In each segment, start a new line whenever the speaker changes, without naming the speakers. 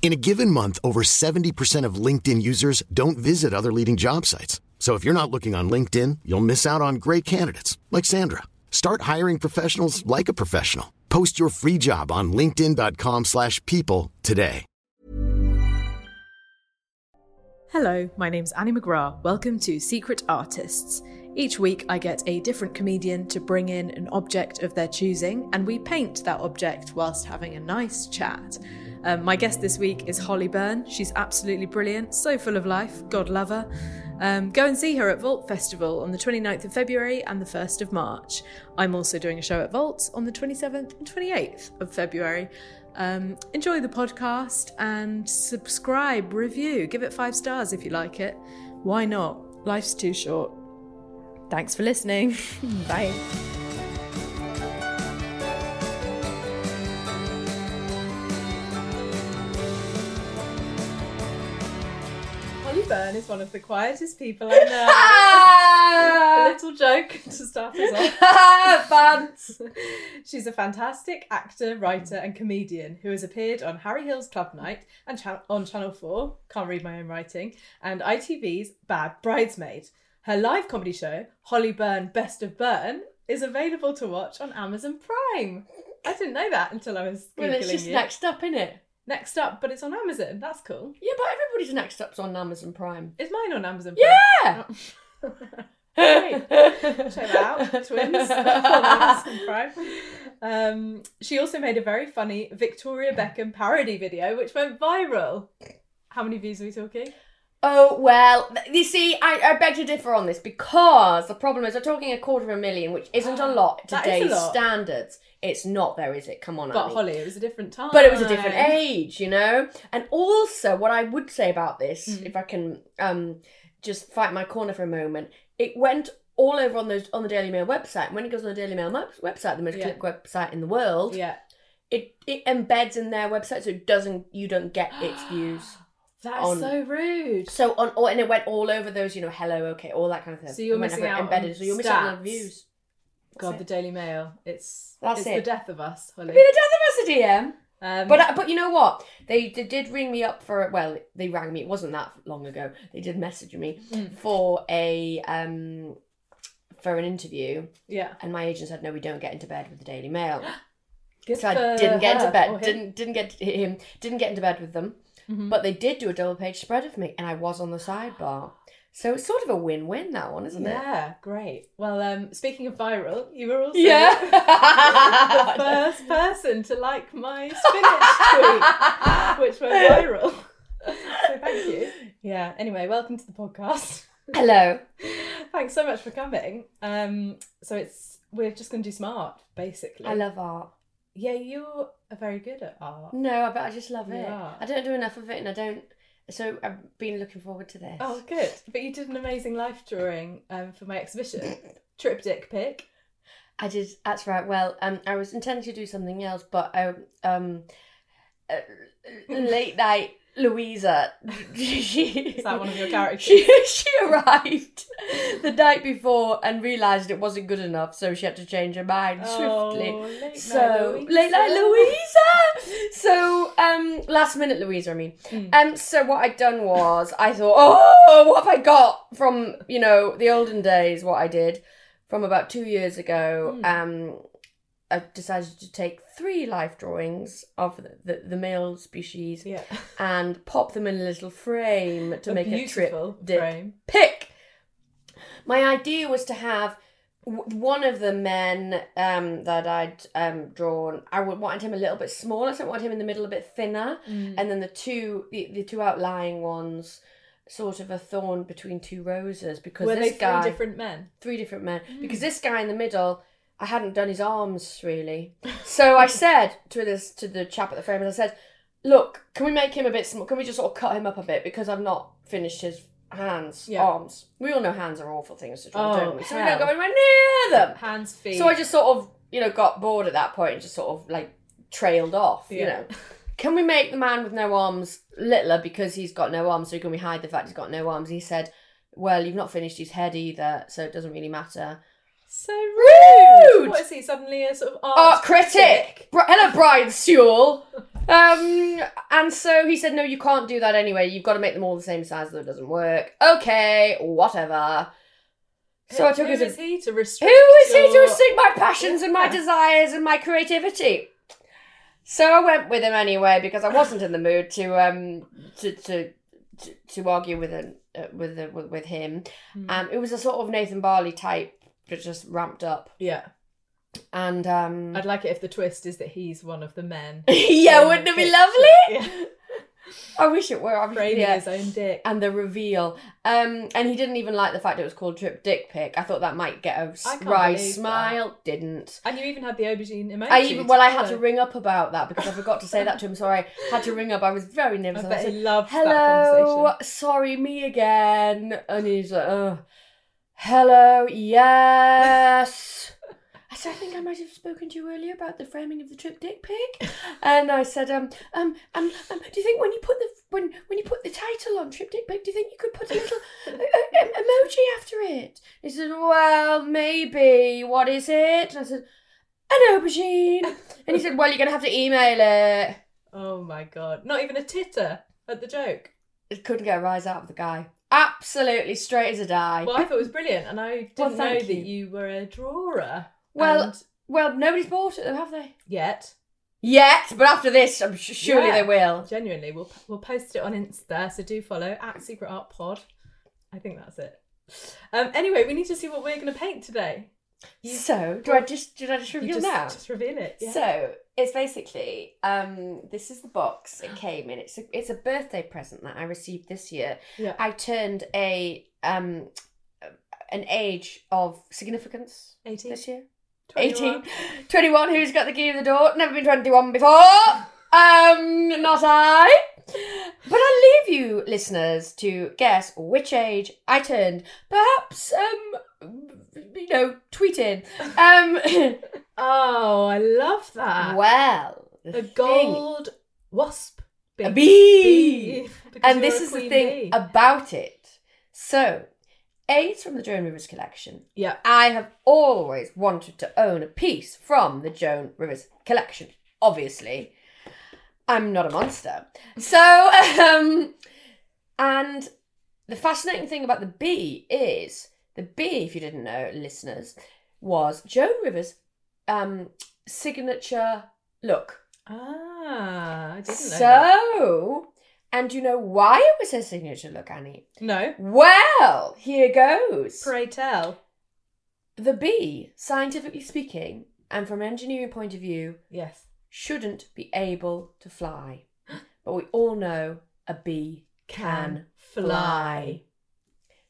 In a given month, over 70% of LinkedIn users don't visit other leading job sites. So if you're not looking on LinkedIn, you'll miss out on great candidates like Sandra. Start hiring professionals like a professional. Post your free job on linkedin.com/people slash people today.
Hello, my name's Annie McGrath. Welcome to Secret Artists. Each week, I get a different comedian to bring in an object of their choosing, and we paint that object whilst having a nice chat. Um, my guest this week is Holly Byrne. She's absolutely brilliant, so full of life, God love her. Um, go and see her at Vault Festival on the 29th of February and the 1st of March. I'm also doing a show at Vault on the 27th and 28th of February. Um, enjoy the podcast and subscribe, review, give it five stars if you like it. Why not? Life's too short. Thanks for listening. Bye. Holly Byrne is one of the quietest people I know. a little joke to start us off.
Bants.
She's a fantastic actor, writer, and comedian who has appeared on Harry Hill's Club Night and chan- on Channel 4, can't read my own writing, and ITV's Bad Bridesmaid. Her live comedy show, Holly Byrne Best of Byrne, is available to watch on Amazon Prime. I didn't know that until I was
Well, it's
Googling
just
you.
next up, innit? it?
Next up, but it's on Amazon. That's cool.
Yeah, but everybody's next up's on Amazon Prime.
Is mine on Amazon Prime? Oh.
Yeah.
Great. Check that out, twins. Amazon Prime. Um, she also made a very funny Victoria Beckham parody video, which went viral. How many views are we talking?
Oh well, th- you see, I, I beg to differ on this because the problem is we're talking a quarter of a million, which isn't a lot at
That is a
today's
lot.
standards. It's not there, is it? Come on,
But
Annie.
Holly, it was a different time.
but it was a different age, you know. And also, what I would say about this,
Mm.
if I can um, just fight my corner for a moment, it went all over on those on the Daily Mail website. When it goes on the Daily Mail mo- website, the most
Yeah.
clicked website in the world,
Yeah.
it it embeds in their website, so it doesn't you don't get its views.
That's
On-
so rude.
So on all and it went all over those, you know, hello, okay, all that kind of thing.
So you're
It went
missing out
everywhere
on
embedded, so you're missing out on
stats.
the views.
God,
it.
the Daily Mail. It's
That's
it's
it.
the death of us, Holly.
It'd be the death of us, a DM.
Um,
But I- but you know what? They, they did ring me up for well, they rang me. It wasn't that long ago. They did message me
Mm.
for a um for an interview,
yeah.
and my agent said no, we don't get into bed with the Daily Mail.
Good
so I
for
didn't get
her
into
or him.
bed. Didn't didn't get to him. Didn't get into bed with them.
Mhm.
But they did do a double page spread of me, and I was on the sidebar. So it's sort of a win win that one, isn't it?
Yeah, great. Well, um, speaking of viral, you were also the
Yeah.
first person to like my spinach tweet, which went viral. so thank you. Yeah. Anyway, welcome to the podcast.
Hello.
Thanks so much for coming. Um, so it's we're just going to do smart, basically.
I love art.
Yeah, you're very good at art.
No, I bet I just love
You
it.
are.
I don't do enough of it, and I don't. So I've been looking forward to this.
Oh, good. But you did an amazing life drawing um, for my exhibition, triptych pic.
I did. That's right. Well, um, I was intending to do something else, but I, um, uh, late night Louisa. she,
Is that one of your characters?
She, she arrived the night before and realised it wasn't good enough, so she had to change her mind swiftly.
Oh, late night
so
Louisa.
late night Louisa. so um, last minute Louisa, I mean.
Mm.
Um, so what I'd done was I thought, oh, what have I got from you know the olden days? What I did from about two years ago.
Mm.
Um, I decided to take three life drawings of the, the, the male species
Yeah.
and pop them in a little frame to
A
make a trip
beautiful
dip
frame.
pick. My idea was to have w- one of the men um, that I'd um, drawn. I would wanted him a little bit smaller, so I wanted him in the middle a bit thinner,
Hmm.
and then the two the, the two outlying ones, sort of a thorn between two roses because
Were they
this
three
guy
different men?
three different men
Mm.
because this guy in the middle I hadn't done his arms really so I said to this to the chap at the frame and I said look, can we make him a bit small? Can we just sort of cut him up a bit because I've not finished his hands,
Yeah.
arms. We all know hands are awful things to draw,
Oh,
don't we? So we don't
hell.
go anywhere near them.
Hands, feet.
So I just sort of, you know, got bored at that point and just sort of like trailed off, you
Yeah.
know. Can we make the man with no arms littler because he's got no arms? So can we hide the fact he's got no arms? He said, Well, you've not finished his head either, so it doesn't really matter.
so rude.
Rude!
What is he? Suddenly a sort of art,
Art critic! Bri- Hello, Brian Sewell! Um, and so he said, No, you can't do that anyway. You've got to make them all the same size, though it doesn't work. Okay, whatever. So I took
Who
his
is he to restrict?
Who is he to
your-
restrict my passions and my
Yeah.
desires and my creativity? So I went with him anyway because I wasn't in the mood to um to to to, to argue with him uh, with, uh, with with him.
Hmm.
Um, it was a sort of Nathan Barley type, but just ramped up.
Yeah,
And um,
I'd like it if the twist is that he's one of the men.
yeah,
in
wouldn't
the
it be
picture.
lovely?
Yeah.
I wish it were. I wish,
Framing
yeah.
his own dick.
and the reveal. Um, and he didn't even like the fact it was called Drip Dick Pic. I thought that might get a
I can't
wry
believe that.
smile. Didn't.
And you even had the aubergine emoji.
I even well, I had
follow.
to ring up about that because I forgot to say that to him. Sorry, had to ring up. I was very
I
nervous. and
bet
said,
he loved that
Hello,
conversation."
sorry, me again. And he's like, oh, hello, yes. I said, I think I might have spoken to you earlier about the framing of the trip dick pig. And I said, um, um, um, um, do you think when you put the when when you put the title on trip dick pig, do you think you could put a little uh, uh, um, emoji after it? He said, well, maybe. What is it? And I said, an aubergine. And he said, well, you're gonna have to email it.
Oh my god! Not even a titter at the joke.
It couldn't get a rise out of the guy. Absolutely straight as a die.
Well, I thought it was brilliant, and I didn't
Well,
know
thank
that
you.
you were a drawer.
Well-
and
Well, nobody's bought it, though, have they?
yet
Yet, but after this, I'm sh- surely
Yeah.
they will.
genuinely, we'll we'll post it on Insta, so do follow at Secret Art Pod. I think that's it. Um, anyway, we need to see what we're going to paint today.
So, do I just did I just
You
reveal
just,
now?
just reveal it. Yeah.
So it's basically um, this is the box it came in. It's a it's a birthday present that I received this year.
Yeah.
I turned a um an age of significance
18,
this year.
21.
18 21 who's got the key to the door never been 21 before um not i but i leave you listeners to guess which age i turned perhaps um you know tweeted um
Oh, I love that.
well the
a
thing-
gold wasp. Bee.
a bee,
Because
and
you're
this
a
is the
queen
thing
bee.
about it so eight from the joan rivers collection
yeah.
I have always wanted to own a piece from the Joan Rivers collection. Obviously, I'm not a monster. So, um, and the fascinating thing about the bee is the bee, if you didn't know, listeners, was Joan Rivers' um, signature look.
Ah, I didn't know. that.
So, and do you know why it was her signature look, Annie?
No.
Well, here goes.
Pray tell.
The bee, scientifically speaking, and from an engineering point of view,
Yes.
shouldn't be able to fly. But we all know a bee can fly.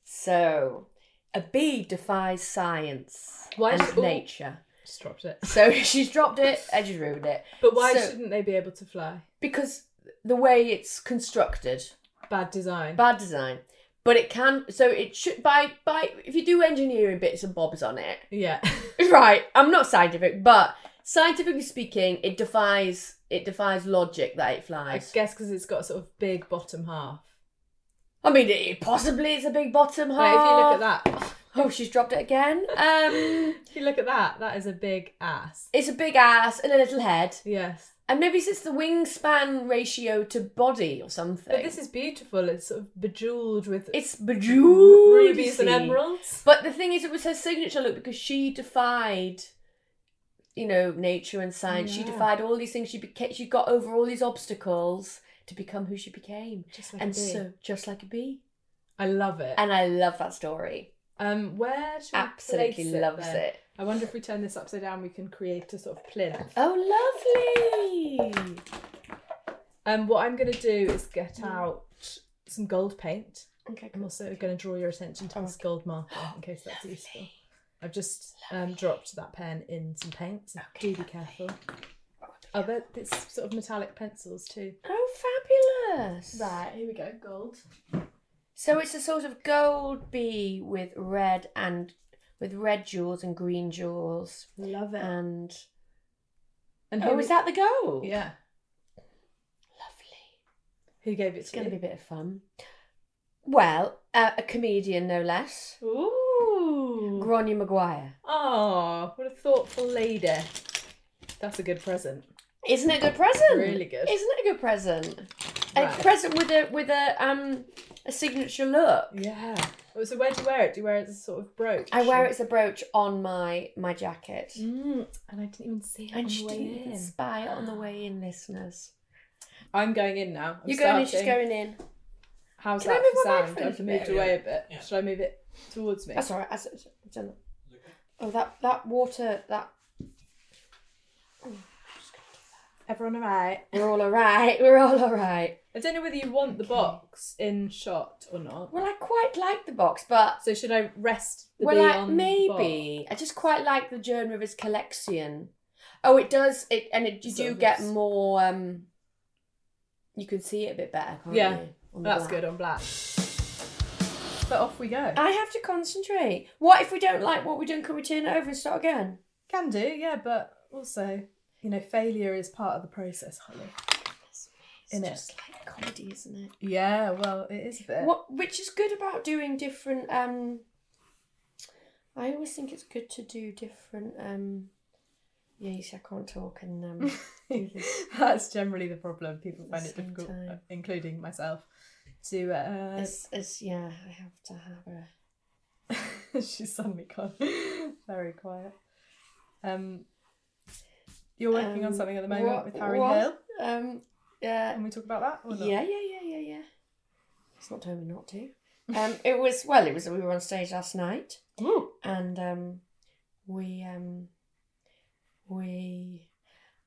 So, a bee defies science
Why
and
should- oh.
nature.
Just dropped it.
So she's dropped it and she's ruined it.
But why
So-
shouldn't they be able to fly?
Because the way it's constructed,
Bad design.
bad design. But it can, so it should, by, by, if you do engineering bits and bobs on it,
yeah.
Right, I'm not scientific, but scientifically speaking, it defies it defies logic that it
I
flies.
guess because it's got a sort of big bottom half.
I mean, it possibly is a big bottom half.
Like, if you look at that,
oh, she's dropped it again. Um,
if you look at that, that is a big ass.
it's a big ass and a little head,
Yes.
and maybe it's the wingspan ratio to body or something.
But this is beautiful. It's sort of bejeweled with
it's
ru-
bejeweled, you
rubies and
see.
emeralds.
But the thing is, it was her signature look because she defied, you know, nature and science. She
Yeah.
defied all these things. She became, she got over all these obstacles to become who she became,
Just like a
and
bee.
so just like a bee.
I love it.
And I love that story.
um, where should we
Absolutely
place
loves
then?
it.
I wonder if we turn this upside down, we can create a sort of plinth.
Oh, lovely!
Um, what I'm going to do is get out some gold paint.
Mm. Okay,
I'm also going to draw your attention to this gold marker in case that's useful. I've just um, dropped that pen in some paint, so do be careful.
That would be
Oh, but it's sort of metallic pencils too.
Oh, fabulous!
Right, here we go. Gold.
So it's a sort of gold bee with red and with red jewels and green jewels,
Love it.
and
and
Um, oh,
here
is
we-
that the gold?
Yeah.
lovely.
Who gave it
It's
to
going
you?
to be a bit of fun. Well, uh, a comedian no less,
Ooh.
Gráinne Maguire.
Oh, what a thoughtful lady. That's a good present.
Isn't it a good present?
Really good.
Isn't it a good present?
Right.
A present with a with a um a signature look.
Yeah. Oh, so where do you wear it? Do you wear it as a sort of brooch?
I wear it as a brooch on my my jacket.
Mm, and I didn't even see it on
And
the
she
way
didn't even
in.
spy it on the way in, listeners.
I'm going in now. I'm
You're going in, she's
starting.
going in.
How's
Can I
that
move
for
my
sound?
microphone
I've
a
moved
bit?
away a bit. Should I move it towards me?
That's all right. I s- I've done that. Oh, that that water. That
Everyone alright?
we're all alright. We're all alright.
I don't know whether you want the box in shot or not.
Well, I quite like the box, but
So should I rest the
well,
bee
I,
on the
maybe I just quite like the Joan Rivers collection. Oh, it does. It and it, you
Sort
do
of
get
looks-
more. um You can see it a bit better. Can't
Yeah,
you,
box?
on the
That's
black.
good on black. Ah. But off we go.
I have to concentrate. What if we don't like what we're doing? Can we turn it over and start again?
Can do, yeah, but also, you know, failure is part of the process, Holly.
It's
In it.
just like comedy, isn't it?
Yeah, well, it is a bit.
What, which is good about doing different. Um, I always think it's good to do different. Um, yeah, you see, I can't talk and um, do this.
That's generally the problem. People find it
Same
difficult,
time.
including myself, to. Uh,
It's, it's yeah, I have to have a.
she's suddenly gone very quiet. Um, you're working on
um,
something at the moment
what-
with Harry Oh,
what-
Hale.
Um, yeah,
Can we talk about that? Or not?
Yeah, yeah, yeah, yeah, yeah. It's not time not to. Um, it was well. It was we were on stage last night,
Ooh.
and um, we um, we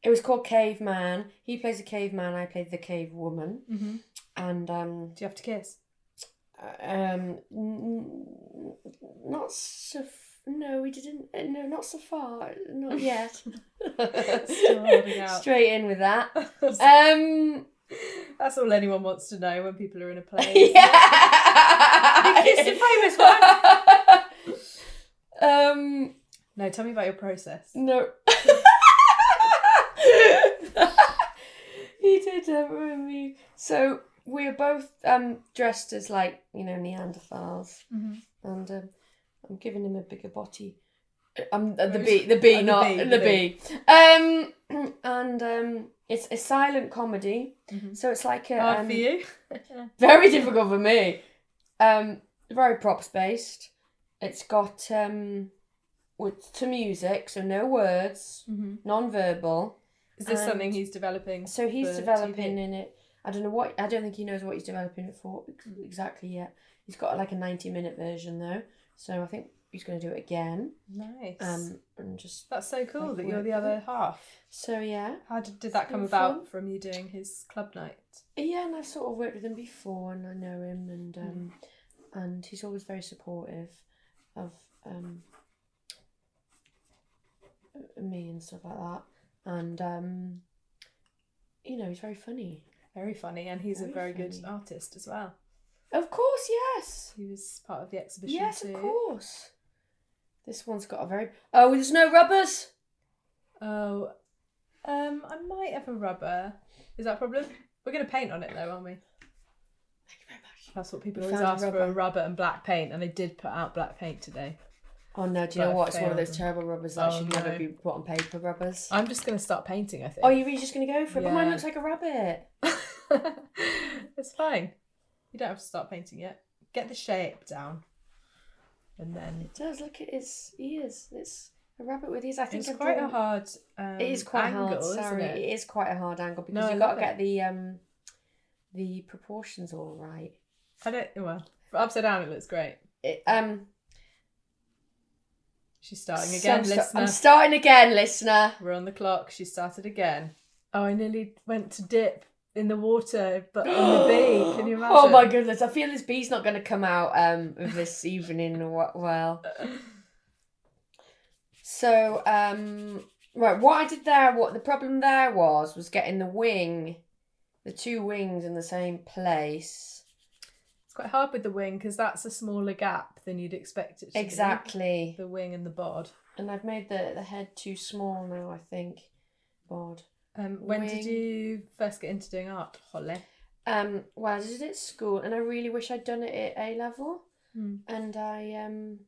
it was called Caveman. He plays a caveman. I played the cave woman,
hmm
and um,
Do you have to kiss?
um, n- n- not so. F- no, we didn't. uh, No, not so far. Not yet.
Still holding out.
Straight in with that. Um.
That's all anyone wants to know when people are in a play.
yeah.
You kissed a famous
one. um.
No, tell me about your process.
No. he did that with me. So we were both um dressed as like you know Neanderthals,
Mhm.
and um, I'm giving him a bigger body. Um, uh, the
Who's-
bee, the bee,
oh, the
not
bee,
the,
the
bee. Um, and um, it's a silent comedy,
Mhm.
so it's like a
Hard
um,
for you.
very difficult for me. Um, very props based. It's got um, with to music, so no words,
hmm
non-verbal.
Is this
and-
something he's developing?
So he's
for
developing
TV?
in it. I don't know what. I don't think he knows what he's developing it for exactly yet. He's got like a ninety-minute version though, so I think he's going to do it again.
Nice.
Um, and just
That's so cool
like
that you're
work
the
with
other half.
so yeah,
How did, did that
It's
come
been
about
fun.
from you doing his club night?
yeah. And I've sort of worked with him before, and I know him, and um,
Mm.
and he's always very supportive of um, uh, me and stuff like that. And um, you know, he's very funny.
Very funny, and he's a
Very
very good
funny.
artist as well.
Of course, yes,
He was part of the exhibition
yes,
too.
of course. This one's got a very oh, there's no rubbers.
Oh, um, I might have a rubber. Is that a problem? We're going to paint on it though, aren't we?
Thank you very much.
That's what people
We
always
found a
ask for a
rubber.
rubber and black paint, and they did put out black paint today.
Oh no, do you
But I
know what? It's one of
failed
those
them.
terrible rubbers that
Oh,
should never
no.
be put on paper. Rubbers.
I'm just going to start painting, I think.
Oh, you're really just gonna go for it? But mine
Yeah.
looks like a rabbit.
it's fine. You don't have to start painting yet. Get the shape down, and then
It does. Look at its ears. It's a rabbit with ears. I think
it's
I've
quite a
drawn-
hard. Um,
It is quite
angle,
hard.
isn't
Sorry,
it?
it is quite a hard angle because
No, I
you've got
love
to
it.
get the um the proportions all right.
I don't. Well, upside down, it looks great.
It, um,
She's starting
so
again,
I'm, sta-
listener.
I'm starting again, listener.
We're on the clock. She started again. Oh, I nearly went to dip in the water, but in the bee. Can you imagine?
Oh my goodness! I feel this bee's not going to come out um of this evening. wa- Well, so um, Right, what I did there, what the problem there was, was getting the wing, the two wings in the same place.
It's quite hard with the wing because that's a smaller gap than you'd expect it to be.
Exactly.
The wing and the bod.
And I've made the, the head too small now, I think. Bod.
Um, when did
Wing.
you first get into doing art, Holly?
Um, well, I did it at school, and I really wish I'd done it at A level. And I, um,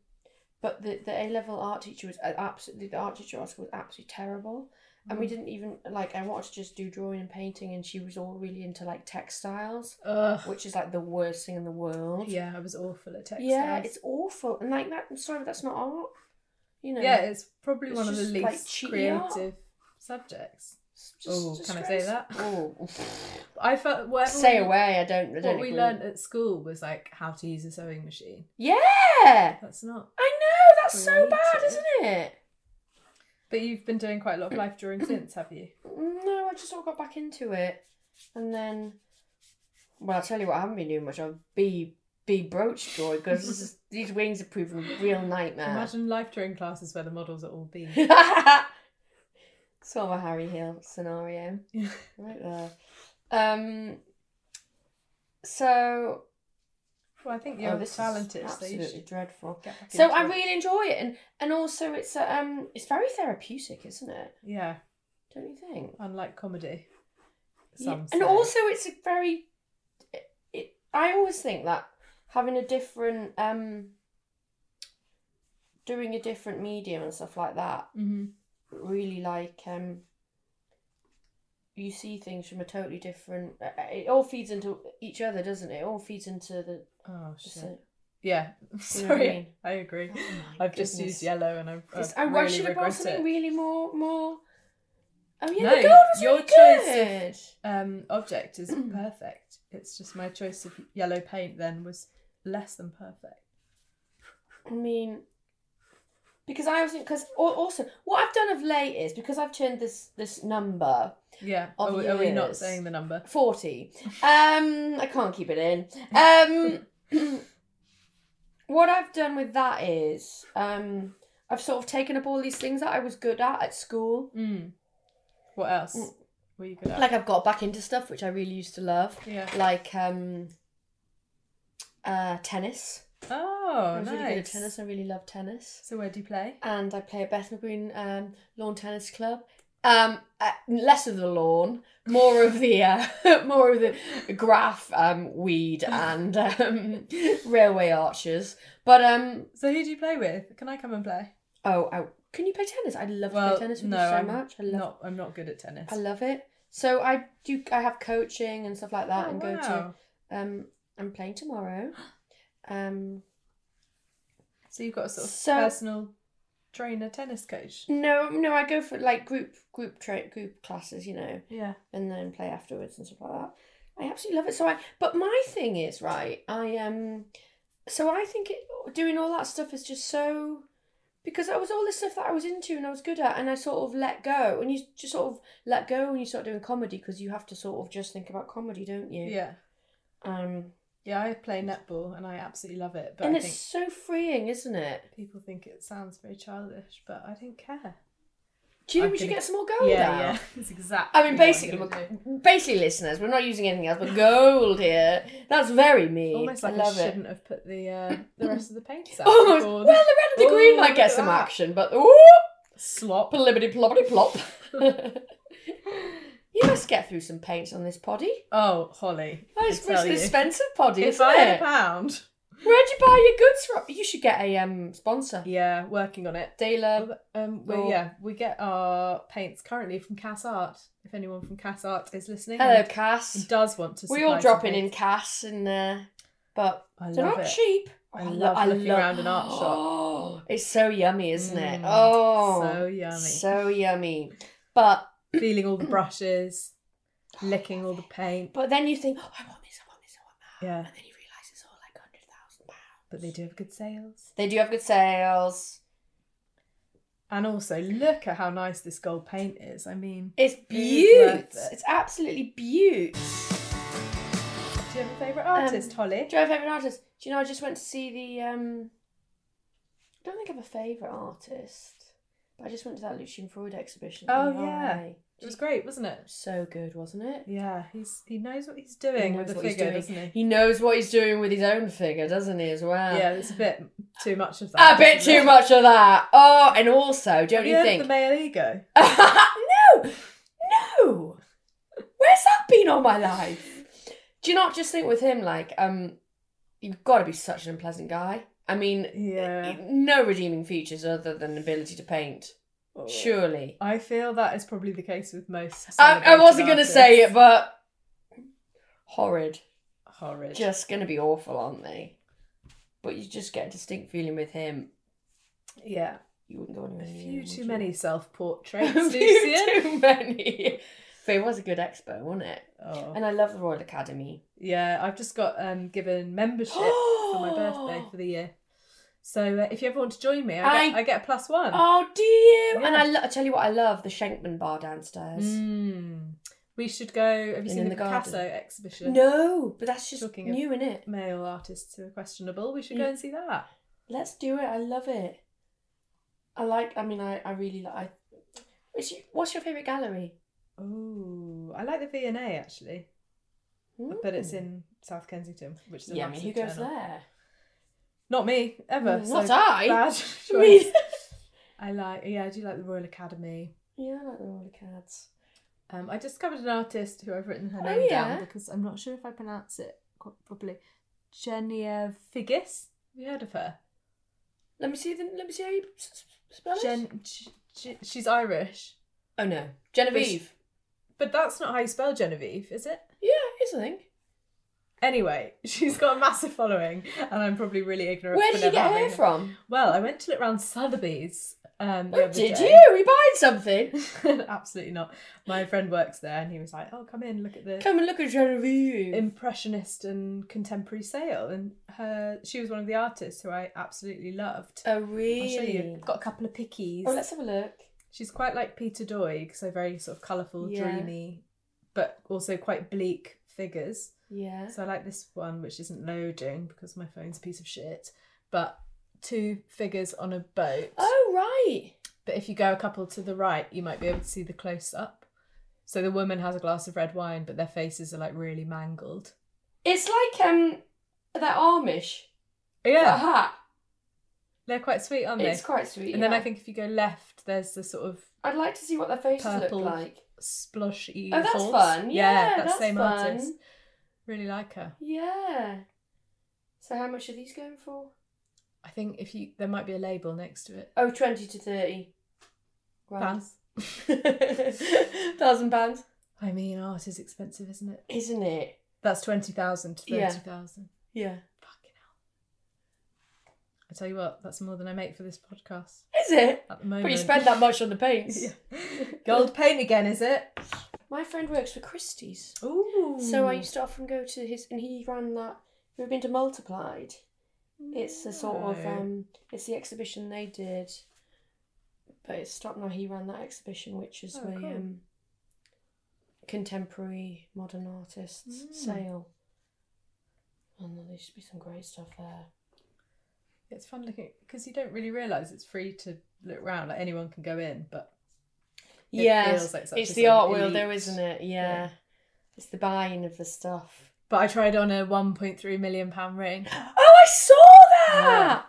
but the, the A level art teacher was a- absolutely, the art teacher at our school was absolutely terrible. And
Mm.
we didn't even, like, I wanted to just do drawing and painting, and she was all really into, like, textiles,
Ugh.
which is, like, the worst thing in the world.
Yeah, I was awful at textiles.
Yeah, it's awful. And, like, that, I'm sorry, but that's not art. You know?
yeah, it's probably
it's
one of the
just,
least
like, cheating art.
creative subjects.
It's
Oh, can I say
disgrace-
that?
Oh.
I felt whatever
Stay
we-
away. I don't. I don't
What we
agree.
learned at school was like how to use a sewing machine.
Yeah,
That's not.
I know. That's so bad,
Creative.
isn't it?
But you've been doing quite a lot of life drawing since, have you?
No, I just sort of got back into it, and then, well, I'll tell you what. I haven't been doing much. I'll be be broach joy because these wings are proving a real nightmare.
Imagine life drawing classes where the models are all bees.
sort of a Harry Hill scenario.
Yeah.
Right there. Um. So
well, I think
oh,
you're
this is
talented, so you
absolutely
should
dreadful.
get back
So
into
I
it.
really enjoy it, and and also it's uh, um it's very therapeutic, isn't it?
yeah,
Don't you think?
unlike comedy.
Yeah,
Some
And
say.
also, it's a very. It, I always think that having a different, um, doing a different medium and stuff like that,
Mhm.
really like um. You see things from a totally different. uh, It all feeds into each other, doesn't it? It all feeds into the.
Oh
the
shit!
same-
Yeah,
You know what I
sorry, I,
mean?
agree.
Oh my
I've just
goodness.
used yellow, and I've, I've
It's- I
really
wish it
regret
was something
it.
really more more. Oh yeah,
No,
the gold was
your
really
choice of-
good.
um, object is perfect. It's just my choice of yellow paint then was less than perfect.
I mean, because I wasn't because also what I've done of late is because I've turned this this number
Yeah.
of
Are, we- are we not
years.
saying the number?
forty. Um, I can't keep it in. Um, what I've done with that is um, I've sort of taken up all these things that I was good at at school.
Mm. What else
Mm.
were you good at?
Like I've got back into stuff which I really used to love.
Yeah.
Like um, uh, tennis.
oh,
I was
nice.
really good at tennis. I really love tennis,
So where do you play?
and I play at Bethnal Green um, Lawn Tennis Club. Um, uh, less of the lawn, more of the uh, more of the graph, um, weed, and um, railway arches. But um,
So who do you play with? Can I come and play?
oh, I, can you play tennis? I love to
well,
play tennis with
no,
you so
I'm
much. I love,
not. I'm not good at tennis.
I love it. So I do. I have coaching and stuff like that,
Oh,
and go to.
wow.
Um, I'm playing tomorrow. Um,
So you've got a sort of
So-
personal trainer, tennis coach.
No, no, I go for like group group tra- group classes, you know,
Yeah.
and then play afterwards and stuff like that. I absolutely love it. So I, but my thing is right. I um, so I think it doing all that stuff is just so because that was all this stuff that I was into and I was good at, and I sort of let go. And you just sort of let go when you start doing comedy because you have to sort of just think about comedy, don't you?
Yeah.
Um,
Yeah. I play netball and I absolutely love it, but
and
I
it's
think
so freeing, isn't it?
people think it sounds very childish, but I don't care.
Do you
I'm
think we should
gonna-
get some more gold out?
It's exactly.
I mean, basically, we're, basically, listeners, we're not using anything else but gold here. That's very me.
almost like
I
I,
love it.
shouldn't have put the uh, the rest of the paints out.
Almost.
before
Well, the red and the green might get
Oh,
some
look at that.
action, but ooh,
Slop.
blibbity plobbity plop. you must get through some paints on this poddy.
Oh, Holly.
Oh,
I
it's
tell
an
you.
expensive poddy,
If
isn't
I had
it?
a pound.
Where'd you buy your goods from? You should get a um sponsor.
Yeah, working on it.
Dealer.
Um, we,
Cool.
yeah, we get our paints currently from Cass Art. If anyone from Cass Art is listening,
Hello,
and
Cass.
does want to.
We all
supply
drop
some
in in
paints.
Cass, and uh, but
I
they're
love
not
it.
cheap.
I
lo-
love looking
lo-
around an art shop.
It's so yummy, isn't it?
Mm,
Oh,
so yummy.
so yummy. But
Feeling all the brushes, licking all the paint.
but then you think, oh, I want this, I want this, I want that,
Yeah.
and then you realise it's all like hundred thousand pounds.
But they do have good sales.
They do have good sales.
And also, look at how nice this gold paint is. I mean,
It's
It is worth
beaut.
it.
It's absolutely beaut.
do you have a favourite artist,
Um,
Holly?
Do you have a favourite artist? Do you know I just went to see the um I don't think I have a favourite artist. But I just went to that Lucian Freud exhibition.
Oh,
in
yeah.
Rye.
It was great, wasn't it?
So good, wasn't it?
Yeah, he's he knows what he's
He
doing
knows
with the
what he's
figure,
doing.
doesn't he?
He knows what he's doing with his own figure, doesn't he, as well?
Yeah, it's a bit too much of that.
A bit
isn't
too
it?
much of that. Oh, and also, don't
Have
you
you heard of
think?
the male ego?
no, no. Where's that been all my life? Do you not just think with him, like, um, you've got to be such an unpleasant guy? I mean,
Yeah.
no redeeming features other than ability to paint,
Oh.
surely.
I feel that is probably the case with most.
I, I wasn't
going
going
to
to say it, but horrid.
horrid.
Just going to be awful, aren't they? But you just get a distinct feeling with him.
yeah,
You wouldn't go anywhere.
a
near
few
him,
too
would
many
you?
self-portraits,
A few
Lucian.
too many. But it was a good expo, wasn't it?
Oh.
And I love the Royal Academy.
Yeah, I've just got um, given membership for my birthday for the year. So uh, if you ever want to join me, I get, I,
I-
get a plus one.
Oh, do you?
Yeah.
And I, lo- I tell you what, I love the Schenkman bar downstairs.
Mm. We should go. Have
And
you seen
in
the,
the garden.
Picasso exhibition?
No, but that's just
Talking of-
new, in it?
Male artists who are questionable. We should go
Yeah.
and see that.
Let's do it. I love it. I like. I mean, I, I really like. I, what's your, what's your favorite gallery?
Oh, I like the V and A actually, but it's in South Kensington, which is a
Hmm. Yeah, I mean, who
massive
goes
turn-off.
there?
Not me ever.
Mm,
so
not I.
Bad
I mean-
choice. I like. Yeah, I do like the Royal Academy.
yeah, I like the Roller Cats.
Um, I discovered an artist who I've written her
Oh,
name
yeah.
down because I'm not sure if I pronounce it quite properly. Genevieve Figgis. Have you heard of her?
Let me see the. Let me see how you s- s- spell it.
Gen. G- G- she's Irish,
oh no, Genevieve.
but that's not how you spell Genevieve, is it?
Yeah, here's the thing.
Anyway, she's got a massive following, and I'm probably really ignorant.
Where
for
did you
never
get
having
her from?
Well, I went to look round Sotheby's. Um, the
Oh,
other
did
day.
you? Are you buying something?
Absolutely not. My friend works there, and he was like, "Oh, come in, look at the
Come and look at Genevieve.
impressionist and contemporary sale." And her, she was one of the artists who I absolutely loved.
oh
I'll
really?
show you. Got a couple of pickies.
Oh, let's have a look.
She's quite like Peter Doig, so very sort of colourful,
Yeah.
dreamy, but also quite bleak figures.
Yeah.
So I like this one, which isn't loading because my phone's a piece of shit. But two figures on a boat.
Oh right.
But if you go a couple to the right, you might be able to see the close up. So the woman has a glass of red wine, but their faces are like really mangled.
It's like um that Amish. That
Yeah,
hat.
they're quite sweet, aren't they?
It's quite sweet.
and then I
yeah.
think if you go left, there's the sort of
I'd like to see what their faces
purple
look like.
sploshy.
Oh, that's
horse.
fun. Yeah,
that
that's
same
fun.
artist. Really like her.
Yeah. So how much are these going for?
I think if you, there might be a label next to it.
Oh, 20 to 30. grand.
Pounds.
Thousand pounds.
I mean, art is expensive, isn't it?
Isn't it?
That's twenty thousand to
Yeah.
thirty thousand.
Yeah.
Fucking hell! I tell you what, that's more than I make for this podcast
Is it?
at the moment.
But you spend that much on the paints.
Yeah. Gold paint again, is it?
My friend works for Christie's.
Ooh.
So I used to often go to his, and he ran that. We've been to Multiplied. It's a sort of
No.
um, it's the exhibition they did, but it's stopped now. He ran that exhibition, which is
Oh,
the
cool.
um, contemporary modern artists
Mm.
sale. And there used to be some great stuff there.
It's fun looking because you don't really realise it's free to look round. Like anyone can go in, but It
Yes,
feels like such
it's
a
the
sort of
art world, though,
elite-
isn't it? Yeah.
yeah.
it's the buying of the stuff.
but I tried on a one point three million pound ring.
Oh, I saw that.
Yeah.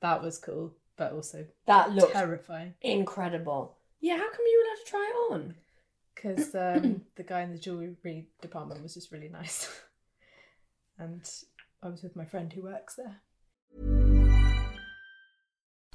That was cool, but also
That looked
terrifying
incredible. Yeah, how come you were allowed to try it on?
because um, the guy in the jewellery department was just really nice, and I was with my friend who works there.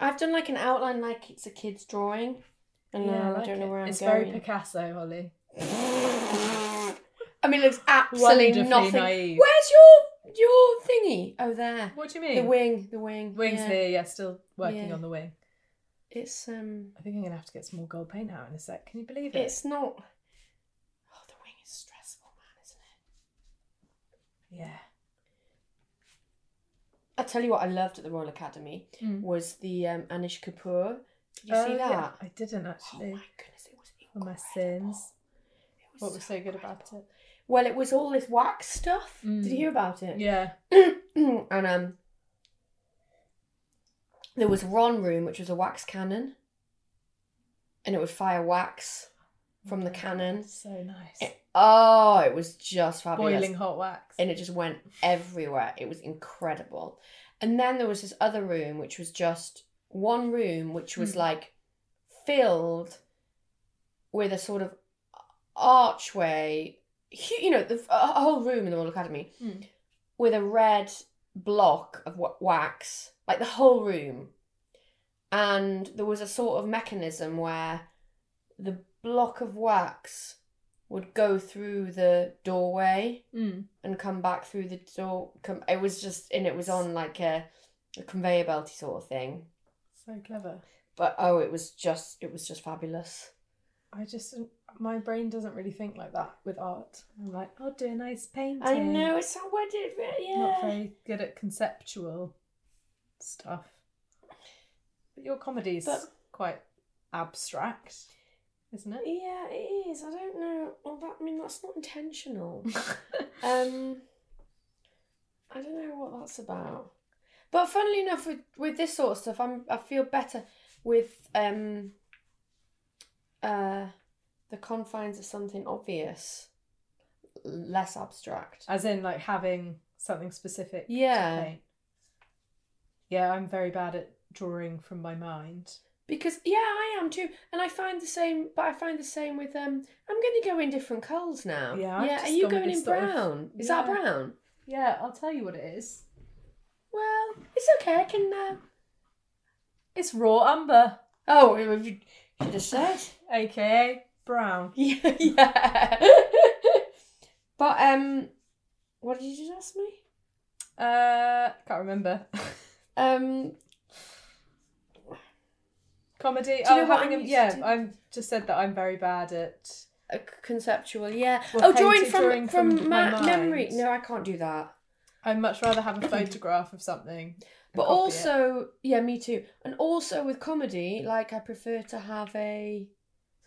I've done like an outline like it's a kid's drawing. And now I,
like
don't know
it.
where I'm
It's
going.
very Picasso, Holly.
I mean, it looks absolutely
Wonderfully
nothing.
naive.
Where's your your thingy? Oh, there.
What do you
The
mean?
wing, the wing.
Wings
yeah.
here, yeah, still working
Yeah.
on the wing.
It's um,
I think I'm gonna have to get some more gold paint out in a sec. Can you believe it?
it's not. Oh, the wing is stressful, man, isn't it?
yeah.
I tell you what, I loved at the Royal Academy
Mm.
was the um, Anish Kapoor. Did you
Oh,
see that?
yeah. I didn't
Oh
actually.
my goodness, it was
All my
incredible.
sins.
It
what was so good
incredible.
about it?
Well, it was all this wax stuff.
Mm.
Did you hear about it?
Yeah.
and um, there was one room which was a wax cannon, and it would fire wax from the cannon.
So nice.
It- oh, it was just fabulous,
Boiling hot wax.
and it just went everywhere. It was incredible. And then there was this other room which was just one room which was
Mm.
like filled with a sort of archway. hu- You know, the, a whole room in the Royal Academy
Mm.
with a red block of wa- wax, like the whole room. And there was a sort of mechanism where the block of wax would go through the doorway
Mm.
and come back through the door. Come, it was just, and it was on like a, a conveyor belty sort of thing.
So clever.
But oh, it was just, it was just fabulous.
I just my brain doesn't really think like that with art. I'm like, I'll do a nice painting.
I know it's so wedded, but yeah.
Not very good at conceptual stuff. But your comedy's
But-
quite abstract, isn't it?
Yeah, it is. I don't know. Well, that, I mean, that's not intentional. Um, I don't know what that's about. But funnily enough, with with this sort of stuff, I'm I feel better with um. Uh, the confines of something obvious, less abstract.
As in, like having something specific. to
Yeah.
paint. Yeah, I'm very bad at drawing from my mind.
Because yeah, I am too, and I find the same. But I find the same with um. I'm going to go in different colours now.
Yeah, I've
yeah.
just
are you
gone with
going
this
in
sort of-
brown? Is that
Yeah.
brown?
Yeah, I'll tell you what it is.
Well, it's okay. I can. Uh...
It's raw umber,
Oh, you should have said.
aka brown.
Yeah, yeah. but um, what did you just ask me?
Uh, can't remember.
Um,
Comedy.
Do you
oh,
know what
having
I'm
a,
used
yeah,
to?
I'm just said that I'm very bad at.
a c- conceptual, yeah.
Well,
oh, drawing
painted
from
drawing
from,
from
my,
my
memory.
mind.
No, I can't do that.
I'd much rather have a photograph of something. and
But
copy it.
also, yeah, me too. And also with comedy, like I prefer to have a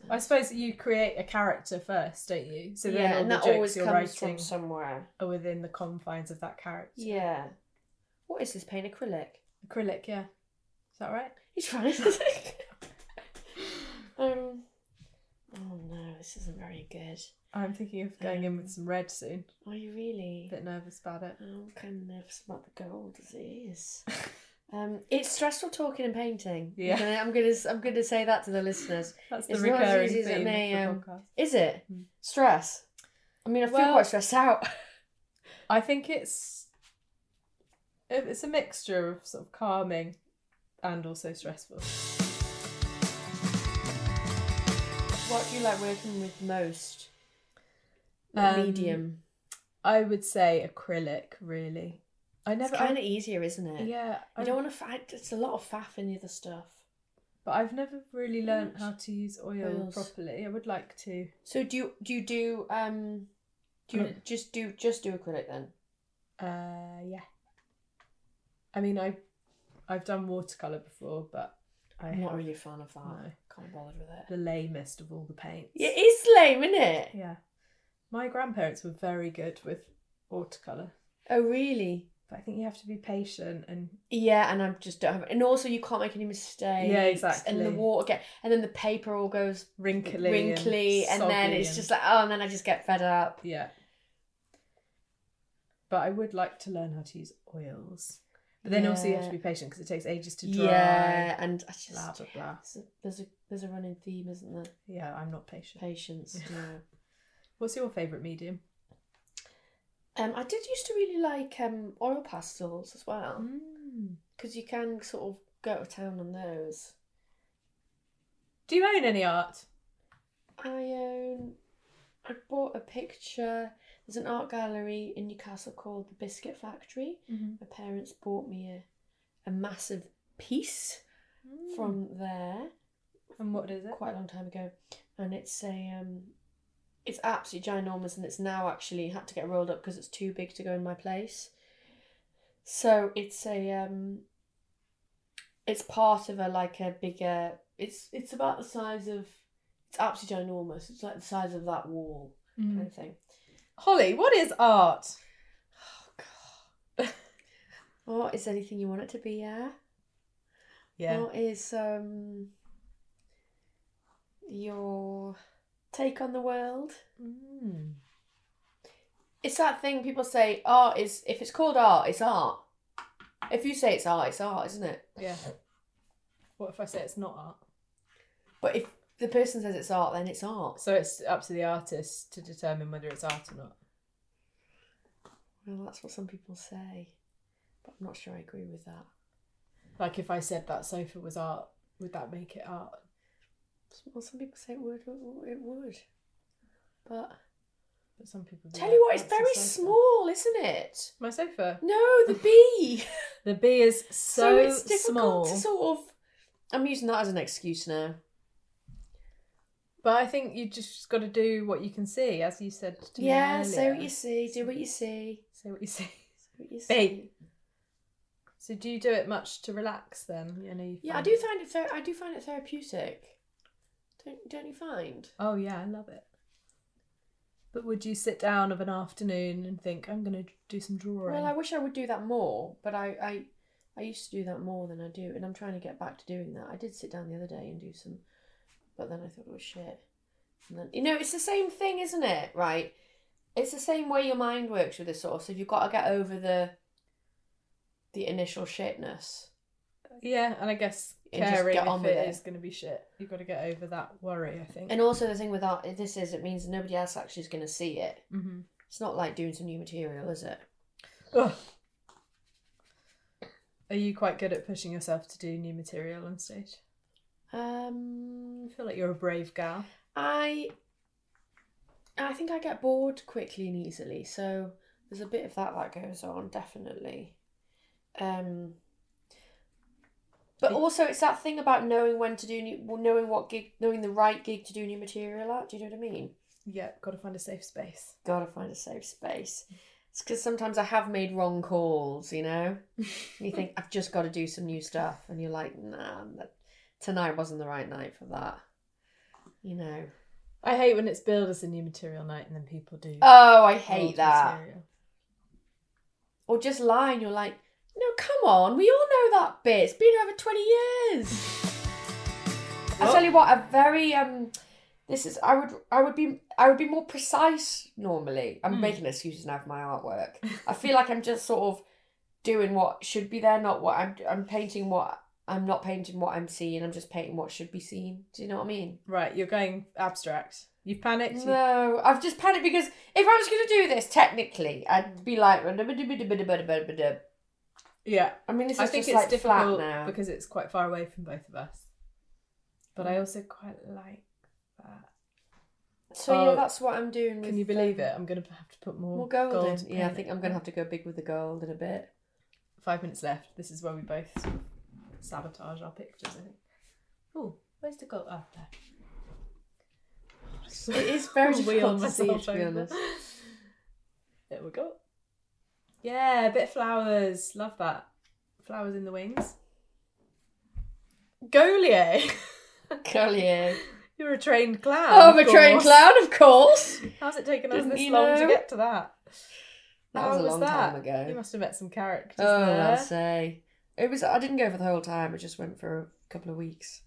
I suppose you create a character first, don't you? So then
yeah,
all
and
the
that
jokes
always
you're
comes
writing
from somewhere.
are within the confines of that character.
Yeah. What is this paint acrylic?
Acrylic, yeah. Is that right?
He's fine. um. Oh no, this isn't very good.
I'm thinking of going in with some red soon.
Are you really?
A bit nervous about it.
I'm kind of nervous about the gold as it is. Um, it's stressful talking and painting. I'm
Yeah.
gonna- I'm gonna s- I'm gonna say that to the listeners.
That's the
It's not as
recurring
easy as it
theme
may,
of
um,
the podcast. Hmm.
Is it stress? I mean, I feel
Well-
quite stressed out.
I think it's it- it's a mixture of sort of calming and also stressful.
what do you like working with most?
Um,
Medium.
I would say acrylic, really. I never.
it's
I-
kind of easier, isn't it?
yeah, I
You don't want to fight. It's a lot of faff in the other stuff.
But I've never really learnt
Oils.
how to use oil
Oils.
properly. I would like to.
So do you do you do um do you
Look.
just do just do acrylic then?
Uh, yeah. I mean, I, I've done watercolor before, but I
I'm not
have
really a fan of that.
No.
Can't bother with it.
the lamest of all the paints.
Yeah, it's lame, isn't it?
Yeah. My grandparents were very good with watercolor,
Oh really?
but I think you have to be patient and
Yeah, and I just don't have. And also, you can't make any mistakes.
Yeah,
And the
exactly.
water get, and then the paper all goes
wrinkly,
wrinkly, and,
soggy
then it's
and-
just like, oh, and then I just get fed up.
yeah. But I would like to learn how to use oils. But then also you have to
Yeah.
be patient because it takes ages to dry.
yeah, and I just
Blah, blah, blah.
There's a- There's a there's a running theme, isn't there?
Yeah, I'm not patient.
Patience. no.
What's your favourite medium?
Um, I did used to really like um oil pastels as well
Mm.
because you can sort of go to town on those.
Do you own any art?
I own. I bought a picture. There's an art gallery in Newcastle called the Biscuit Factory. My parents bought me a, a massive piece from there
And what is it?
quite a long time ago, and it's a um, it's absolutely ginormous, and it's now actually had to get rolled up because it's too big to go in my place. So it's a um, it's part of a like a bigger. It's it's about the size of. It's absolutely ginormous. It's like the size of that wall kind of thing.
Holly, what is art?
Or is anything you want it to be? Yeah.
Yeah.
What is um your take on the world?
Mm.
It's that thing people say art is if it's called art, it's art. If you say it's art, it's art, isn't it?
Yeah. What if I say it's not art?
But if the person says it's art, then it's art.
So it's up to the artist to determine whether it's art or not.
Well, that's what some people say, but I'm not sure I agree with that.
Like if I said that sofa was art, would that make it art?
Well, some people say it would, it would, but
But some people
tell you what, it's
like, "That's a
very
sofa."
small, isn't it?
My sofa.
No, the bee.
The bee is so,
it's
small.
difficult to sort of. I'm using that as an excuse now.
But I think you just got to do what you can see, as you said. To me
yeah, say what
earlier.
you see, do what you see.
Say what you see.
do What you see.
Bee. So do you do it much to relax then? You know, you
Yeah, I
find-
do find it. Ther- I do find it therapeutic. Don't don't you find?
Oh yeah, I love it. But would you sit down of an afternoon and think, I'm going to do some drawing?
Well, I wish I would do that more, but I, I I used to do that more than I do, and I'm trying to get back to doing that. I did sit down the other day and do some, but then I thought it was shit. And then you know, it's the same thing, isn't it? Right? It's the same way your mind works with this sort of stuff. You've got to get over the the initial shitness.
Yeah, and I guess
And just
caring
get on
if
with
it
it.
is going to be shit, you've got to get over that worry. I think.
And also the thing with art, this is it means nobody else actually is going to see it.
hmm
It's not like doing some new material, is it?
Are you quite good at pushing yourself to do new material on stage?
Um,
I feel like you're a brave gal.
I I think I get bored quickly and easily, so there's a bit of that that goes on, definitely. Um, but also, it's that thing about knowing when to do new, well, knowing what gig, knowing the right gig to do new material at. Do you know what I mean?
Yeah, got to find a safe space.
Gotta find a safe space. It's because sometimes I have made wrong calls, you know. And you think I've just got to do some new stuff, and you're like, nah, that, tonight wasn't the right night for that. You know.
I hate when it's billed as a new material night and then people do.
Oh, I
old
hate that.
material.
Or just lie, and you're like, no, come on, we all know that bit. It's been over twenty years. I tell you what, a very um, this is I would I would be I would be more precise normally. I'm making excuses now for my artwork. I feel like I'm just sort of doing what should be there, not what I'm I'm painting what I'm not painting what I'm seeing. I'm just painting what should be seen. Do you know what I mean?
Right, you're going abstract. You've panicked. you-
No, I've just panicked because if I was going to do this technically, I'd be like, I
Yeah.
mean, this is
I think it's
just like flat
difficult
now.
because it's quite far away from both of us. But
Mm.
I also quite like that.
So
Oh,
yeah, that's what I'm doing. With,
Can you believe it? I'm going to have to put more,
More gold,
gold
in. Yeah, I
paint.
think I'm going to have to go big with the gold in a bit.
Five minutes left. This is where we both sort of sabotage our pictures, I think. Oh, where's the gold? Oh, there.
It is very
Wheel
difficult to see,
myself
to be
over.
honest.
There we go. Yeah, a bit of flowers. Love that. Flowers in the wings. Golier.
Collier.
You're a trained clown.
Oh, I'm
Ah, of
a trained
course.
clown, of course.
How's it taken us
Didn't
this
you
long to
know?
get to that?
That
How
was a long time ago.
You must have met some characters
oh,
there.
I'll say it was. I didn't go for the whole time. I just went for a couple of weeks.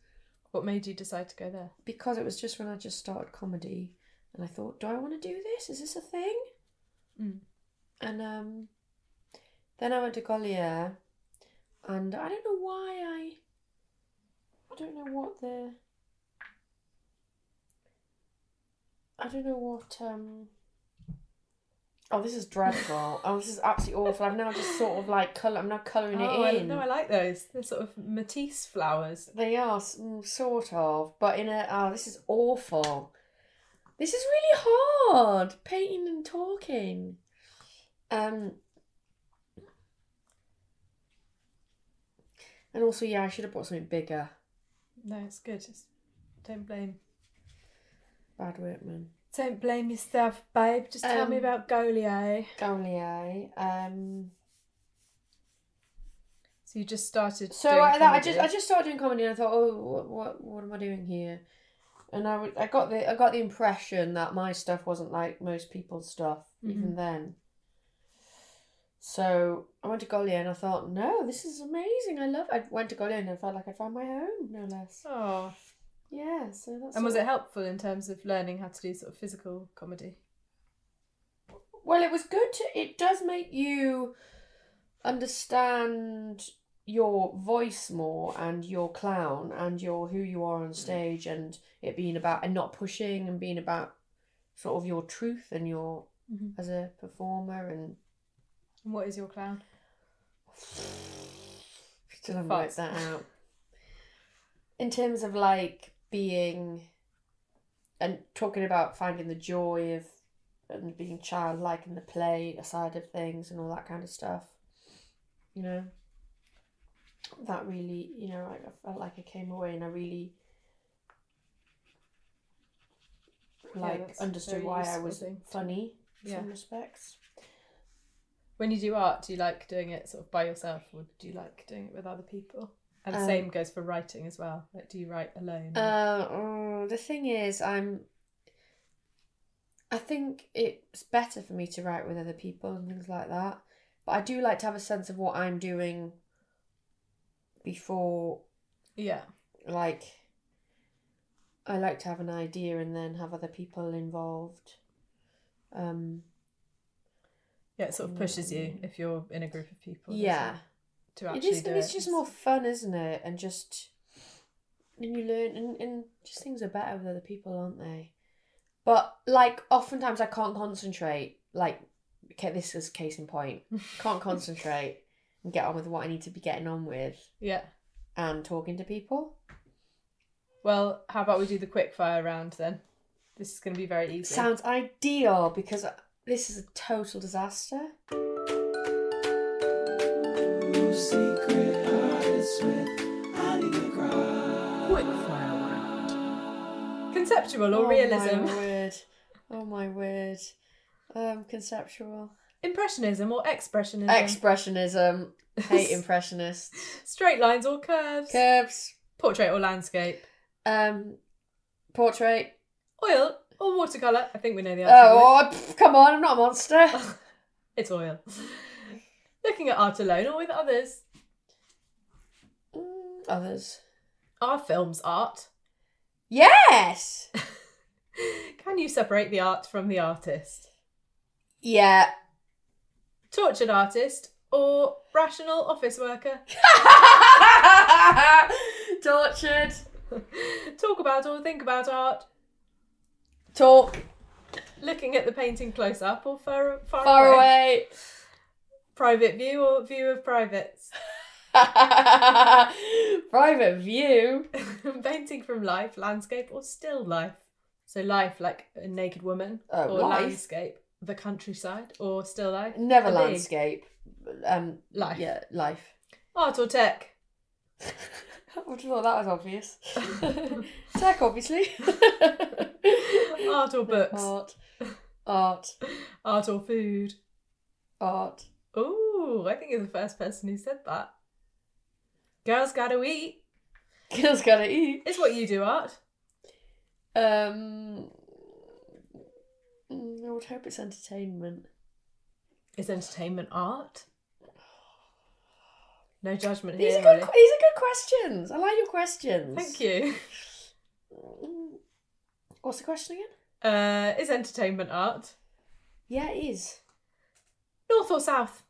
What made you decide to go there?
because it was just when I
Hmm.
just started comedy and I thought, do I want to do this? Is this a thing? And um, then I went to Collier, and I don't know why I. I don't know what the. I don't know what um. Oh, this is dreadful. oh, this is absolutely awful. I've now just sort of like color. I'm now coloring
oh,
it
I,
in.
no, I like those. They're sort of Matisse flowers.
They are s- mm, sort of, but in a oh, this is awful. This is really hard painting and talking. Um, and also, yeah, I should have bought something bigger.
No, it's good. Just don't blame.
Bad workman.
Don't blame yourself, babe. Just tell me
Um,
about Goliath.
Only I. Um,
So you just started.
so
doing
I, that, I
comedy.
just I just started doing comedy and I thought, oh, what what, what am I doing here? And I, would- I got the I got the impression that my stuff wasn't like most people's stuff
Mm-hmm.
even then. So I went to Goliath and I thought, no, this is amazing. I love. I went to Goliath and I felt like I found my home, no less.
Oh,
Yeah. So that's.
and was
all.
it helpful in terms of learning how to do sort of physical comedy?
Well, it was good. To, it does make you understand your voice more and your clown and your who you are on stage and it being about and not pushing and being about sort of your truth and your as a performer and
And what is your clown?
still haven't worked that out. In terms of like being and talking about finding the joy of and being childlike in the play side of things and all that kind of stuff, you know, that really, you know, I, I felt like I came away and I really
Yeah,
like
that's
understood
very
why I
useful
was
thing to-
funny in
Yeah.
some respects.
When you do art, do you like doing it sort of by yourself, or do you like doing it with other people? And
Um,
same goes for writing as well. Like, do you write alone? or-
Uh, mm, the thing is, I'm. I think it's better for me to write with other people and things like that, but I do like to have a sense of what I'm doing. Before,
yeah.
like, I like to have an idea and then have other people involved. Um,
Yeah, it sort of pushes you if you're in a group of people. doesn't
Mm. yeah.
it, To actually
it is,
do
and it's
it.
just more fun, isn't it? And just and you learn, and, and just things are better with other people, aren't they? But like, oftentimes I can't concentrate. Like, okay, this is case in point. Can't concentrate and get on with what I need to be getting on with
Yeah.
and talking to people.
Well, how about we do the quick fire round then? This is going to be very easy.
Sounds ideal because uh, this is a total disaster.
Conceptual or
oh
realism?
my word! Oh my word! Um, conceptual
Impressionism or expressionism?
expressionism. Hate impressionists.
Straight lines or curves?
Curves.
Portrait or landscape?
Um, portrait.
Oil or watercolour? I think we know the answer. to
Oh, pff, come on! I'm not a monster.
this. it's oil. Looking at art alone or with others?
Mm, Others.
Are films art?
Yes.
Can you separate the art from the artist?
Yeah.
Tortured artist or rational office worker?
Tortured.
Talk about or think about art?
Talk.
Looking at the painting close up or far, far,
Far
away?
away.
Private view or view of privates?
Private view.
painting from life, landscape or still life? So life like a naked woman
Oh,
or
life.
landscape, the countryside or still life?
Never
A big
landscape. Um.
Life.
Yeah. Life.
Art or tech?
I would have thought that was obvious. Tech, obviously.
Art or books?
Art. Art.
Art or food?
Art.
Oh, I think you're the first person who said that. Girls gotta eat.
Girls gotta eat.
It's what you do, art.
Um, mm, I would hope it's entertainment.
Is entertainment art? No judgment
These
here.
are good.
Molly.
que- These are good questions. I like your questions.
Thank you.
Mm. What's the question again?
Uh, is entertainment art?
Yeah, it is.
North or south?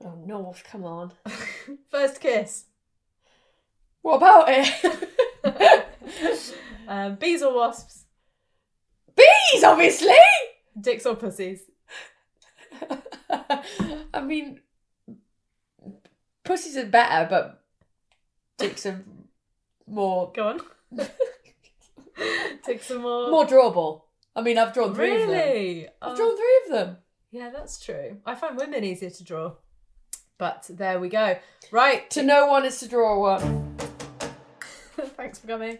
Oh, North, come on.
First kiss.
What about it?
Um, bees or wasps?
Bees, obviously!
Dicks or pussies?
I mean, pussies are better, but dicks are more
Go on. Take some more.
more drawable. I mean, I've drawn three of them.
Really?
I've
Oh,
drawn three of them.
Yeah, that's true. I find women easier to draw. But there we go. Right.
To no one is to draw one.
Thanks for coming.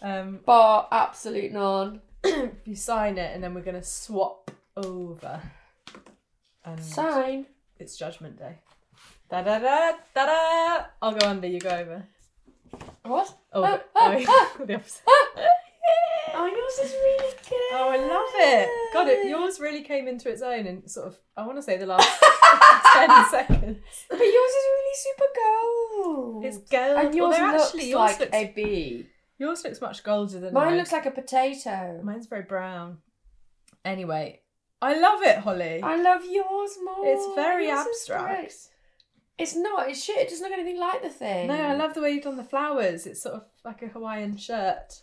Um,
Bar, absolute none.
you sign it, and then we're gonna swap over. And
Sign.
it's Judgment Day. Da da da da da. I'll go under. You go over.
What?
Oh,
Ah,
the-
ah, ah.
oh, the opposite.
Oh, yours is really good.
Oh, I love it. God, it yours really came into its own and sort of. I want to say the last ten seconds.
But yours is really super gold.
It's gold.
And yours
Although
looks
actually, yours
like
looks-
a bee.
Yours looks much golder than
Mine looks like a potato.
Mine's very brown. Anyway, I love it, Holly.
I love yours more.
It's very
Yours is
abstract.
great. It's not. It's shit. It doesn't look anything like the thing.
No, I love the way you've done the flowers. It's sort of like a Hawaiian shirt.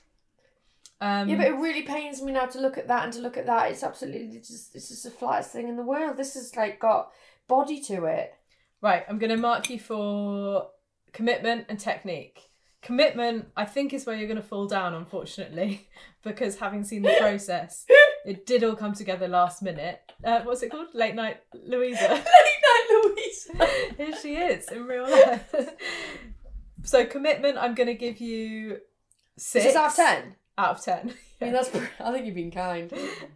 Um,
Yeah, but it really pains me now to look at that and to look at that. It's absolutely it's just it's just the flattest thing in the world. This has like got body to it.
right, I'm going to mark you for commitment and technique. Commitment, I think, is where you're going to fall down, unfortunately, because having seen the process, it did all come together last minute. Uh, what's it called? Late night Louisa.
Night, Louisa.
Here she is in real life. so commitment, I'm going to give you six
Six out of ten.
Out of ten.
I mean, that's. I think you've been kind.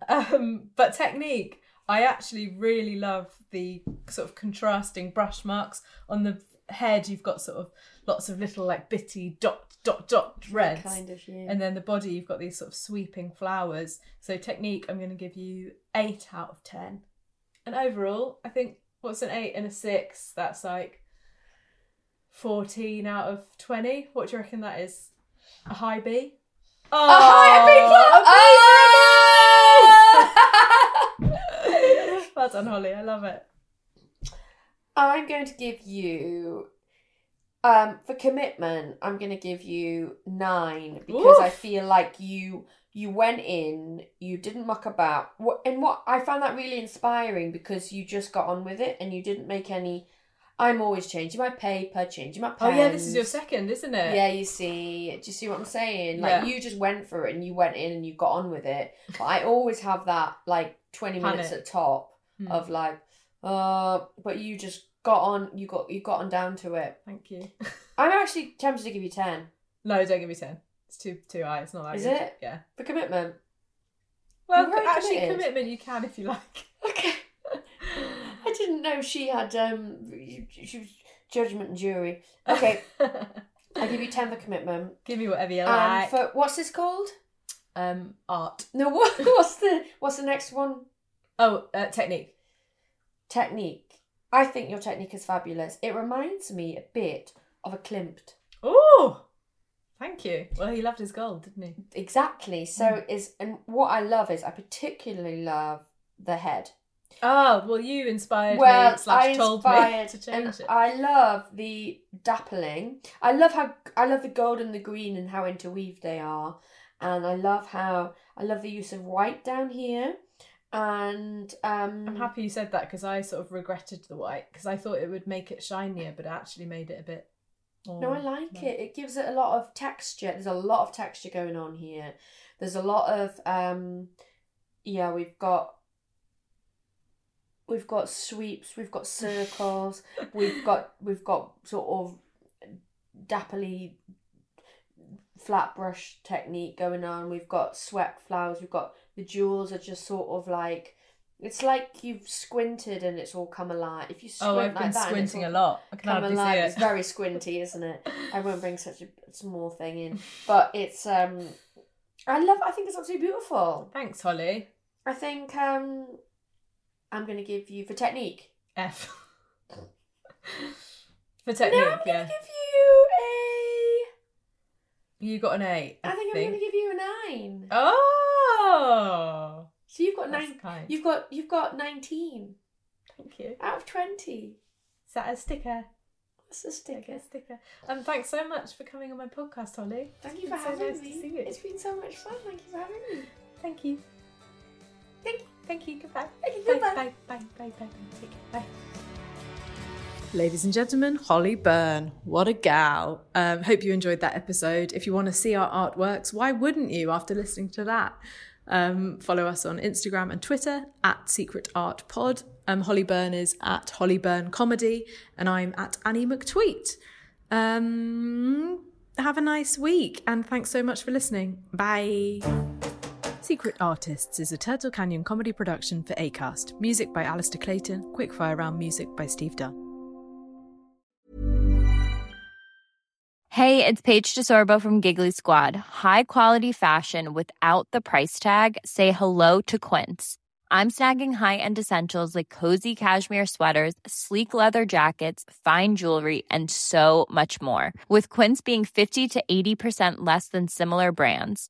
Um, but technique, I actually really love the sort of contrasting brush marks on the head. You've got sort of lots of little like bitty dot dot dot reds,
Kind of you.
and then the body you've got these sort of sweeping flowers. So technique, I'm going to give you eight out of ten, and overall, I think what's an eight and a six? That's like fourteen out of twenty. What do you reckon that is? A high B. Oh,
A high B plus. oh,
well done, Holly. I love it.
I'm going to give you um for commitment, I'm gonna give you nine because I
Oof.
feel like you you went in, you didn't muck about. What and what I found that really inspiring because you just got on with it and you didn't make any I'm always changing my paper, changing my
Oh
pens.
yeah, this is your second, isn't it?
Yeah, you see, do you see what I'm saying? Like
Yeah.
you just went for it and you went in and you got on with it. But I always have that like 20 minutes
Panic.
at top
Hmm.
of like, uh, but you just got on, you got you got on down to it.
Thank you.
I'm actually tempted to give you 10
No, don't give me ten. It's too too high. It's not that
Is
good.
it?
Yeah.
for commitment.
Well,
very
actually,
committed.
commitment you can if you like.
Okay. I didn't know she had um she was judgment and jury. Okay, I give you 10 for commitment.
give me whatever you
And
like.
for what's this called?
Um, art.
No, what, what's the what's the next one?
Oh, uh, technique.
technique. I think your technique is fabulous. It reminds me a bit of a Klimt.
Oh, thank you. Well, he loved his gold, didn't he?
Exactly.
Hmm.
So is and what I love is I particularly love the head.
Oh, well, you inspired
Well,
me slash
I
told
inspired um,
me to
and
change it.
I love the dappling. I love how I love the gold and the green and how interweaved they are, and I love how I love the use of white down here, and um.
I'm happy you said that because I sort of regretted the white because I thought it would make it shinier, but it actually made it a bit. More
No, I like it. It gives it a lot of texture. There's a lot of texture going on here. There's a lot of um yeah, we've got we've got sweeps, we've got circles, we've got we've got sort of dappily flat brush technique going on. We've got swept flowers, we've got the jewels are just sort of like it's like you've squinted and it's all come alive. If you squint
Oh, I've been
like that and it's
squinting
all
a lot. I can
come
hardly
alive.
see it.
It's very squinty, isn't it? I won't bring such a small thing in, but it's um, I love. I think it's absolutely beautiful.
Thanks, Holly.
I think um, I'm gonna give you for technique.
F. For
No, I'm
technique,
gonna
yeah.
give you a.
You got an eight. I,
I think I'm gonna give you a nine.
Oh,
So you've got
That's
nine.
kind.
You've got you've got nineteen.
Thank you.
Out of 20.
Is that a sticker?
That's a sticker.
A sticker. Um, thanks so much for coming on my podcast, Holly.
Thank
It's
you for
been so
having
nice
me.
To see you.
It's been so much fun. Thank you for having me.
Thank you. Thank you. Thank you. Goodbye.
Thank you.
Bye.
Goodbye.
Bye. Bye. Bye. Bye. Bye. Take care. Bye. Ladies and gentlemen, Holly Byrne, what a gal. Um, hope you enjoyed that episode. If you want to see our artworks, why wouldn't you after listening to that? Um, follow us on Instagram and Twitter at Secret Art Pod. Um, Holly Byrne is at Holly Byrne Comedy, and I'm at Annie McTweet. Um, have a nice week, and thanks so much for listening. Bye. Secret Artists is a Turtle Canyon comedy production for ACAST. Music by Alistair Clayton, Quickfire Round music by Steve Dunn.
Hey, it's Paige DeSorbo from Giggly Squad. High quality fashion without the price tag. Say hello to Quince. I'm snagging high-end essentials like cozy cashmere sweaters, sleek leather jackets, fine jewelry, and so much more. With Quince being 50 to 80% less than similar brands.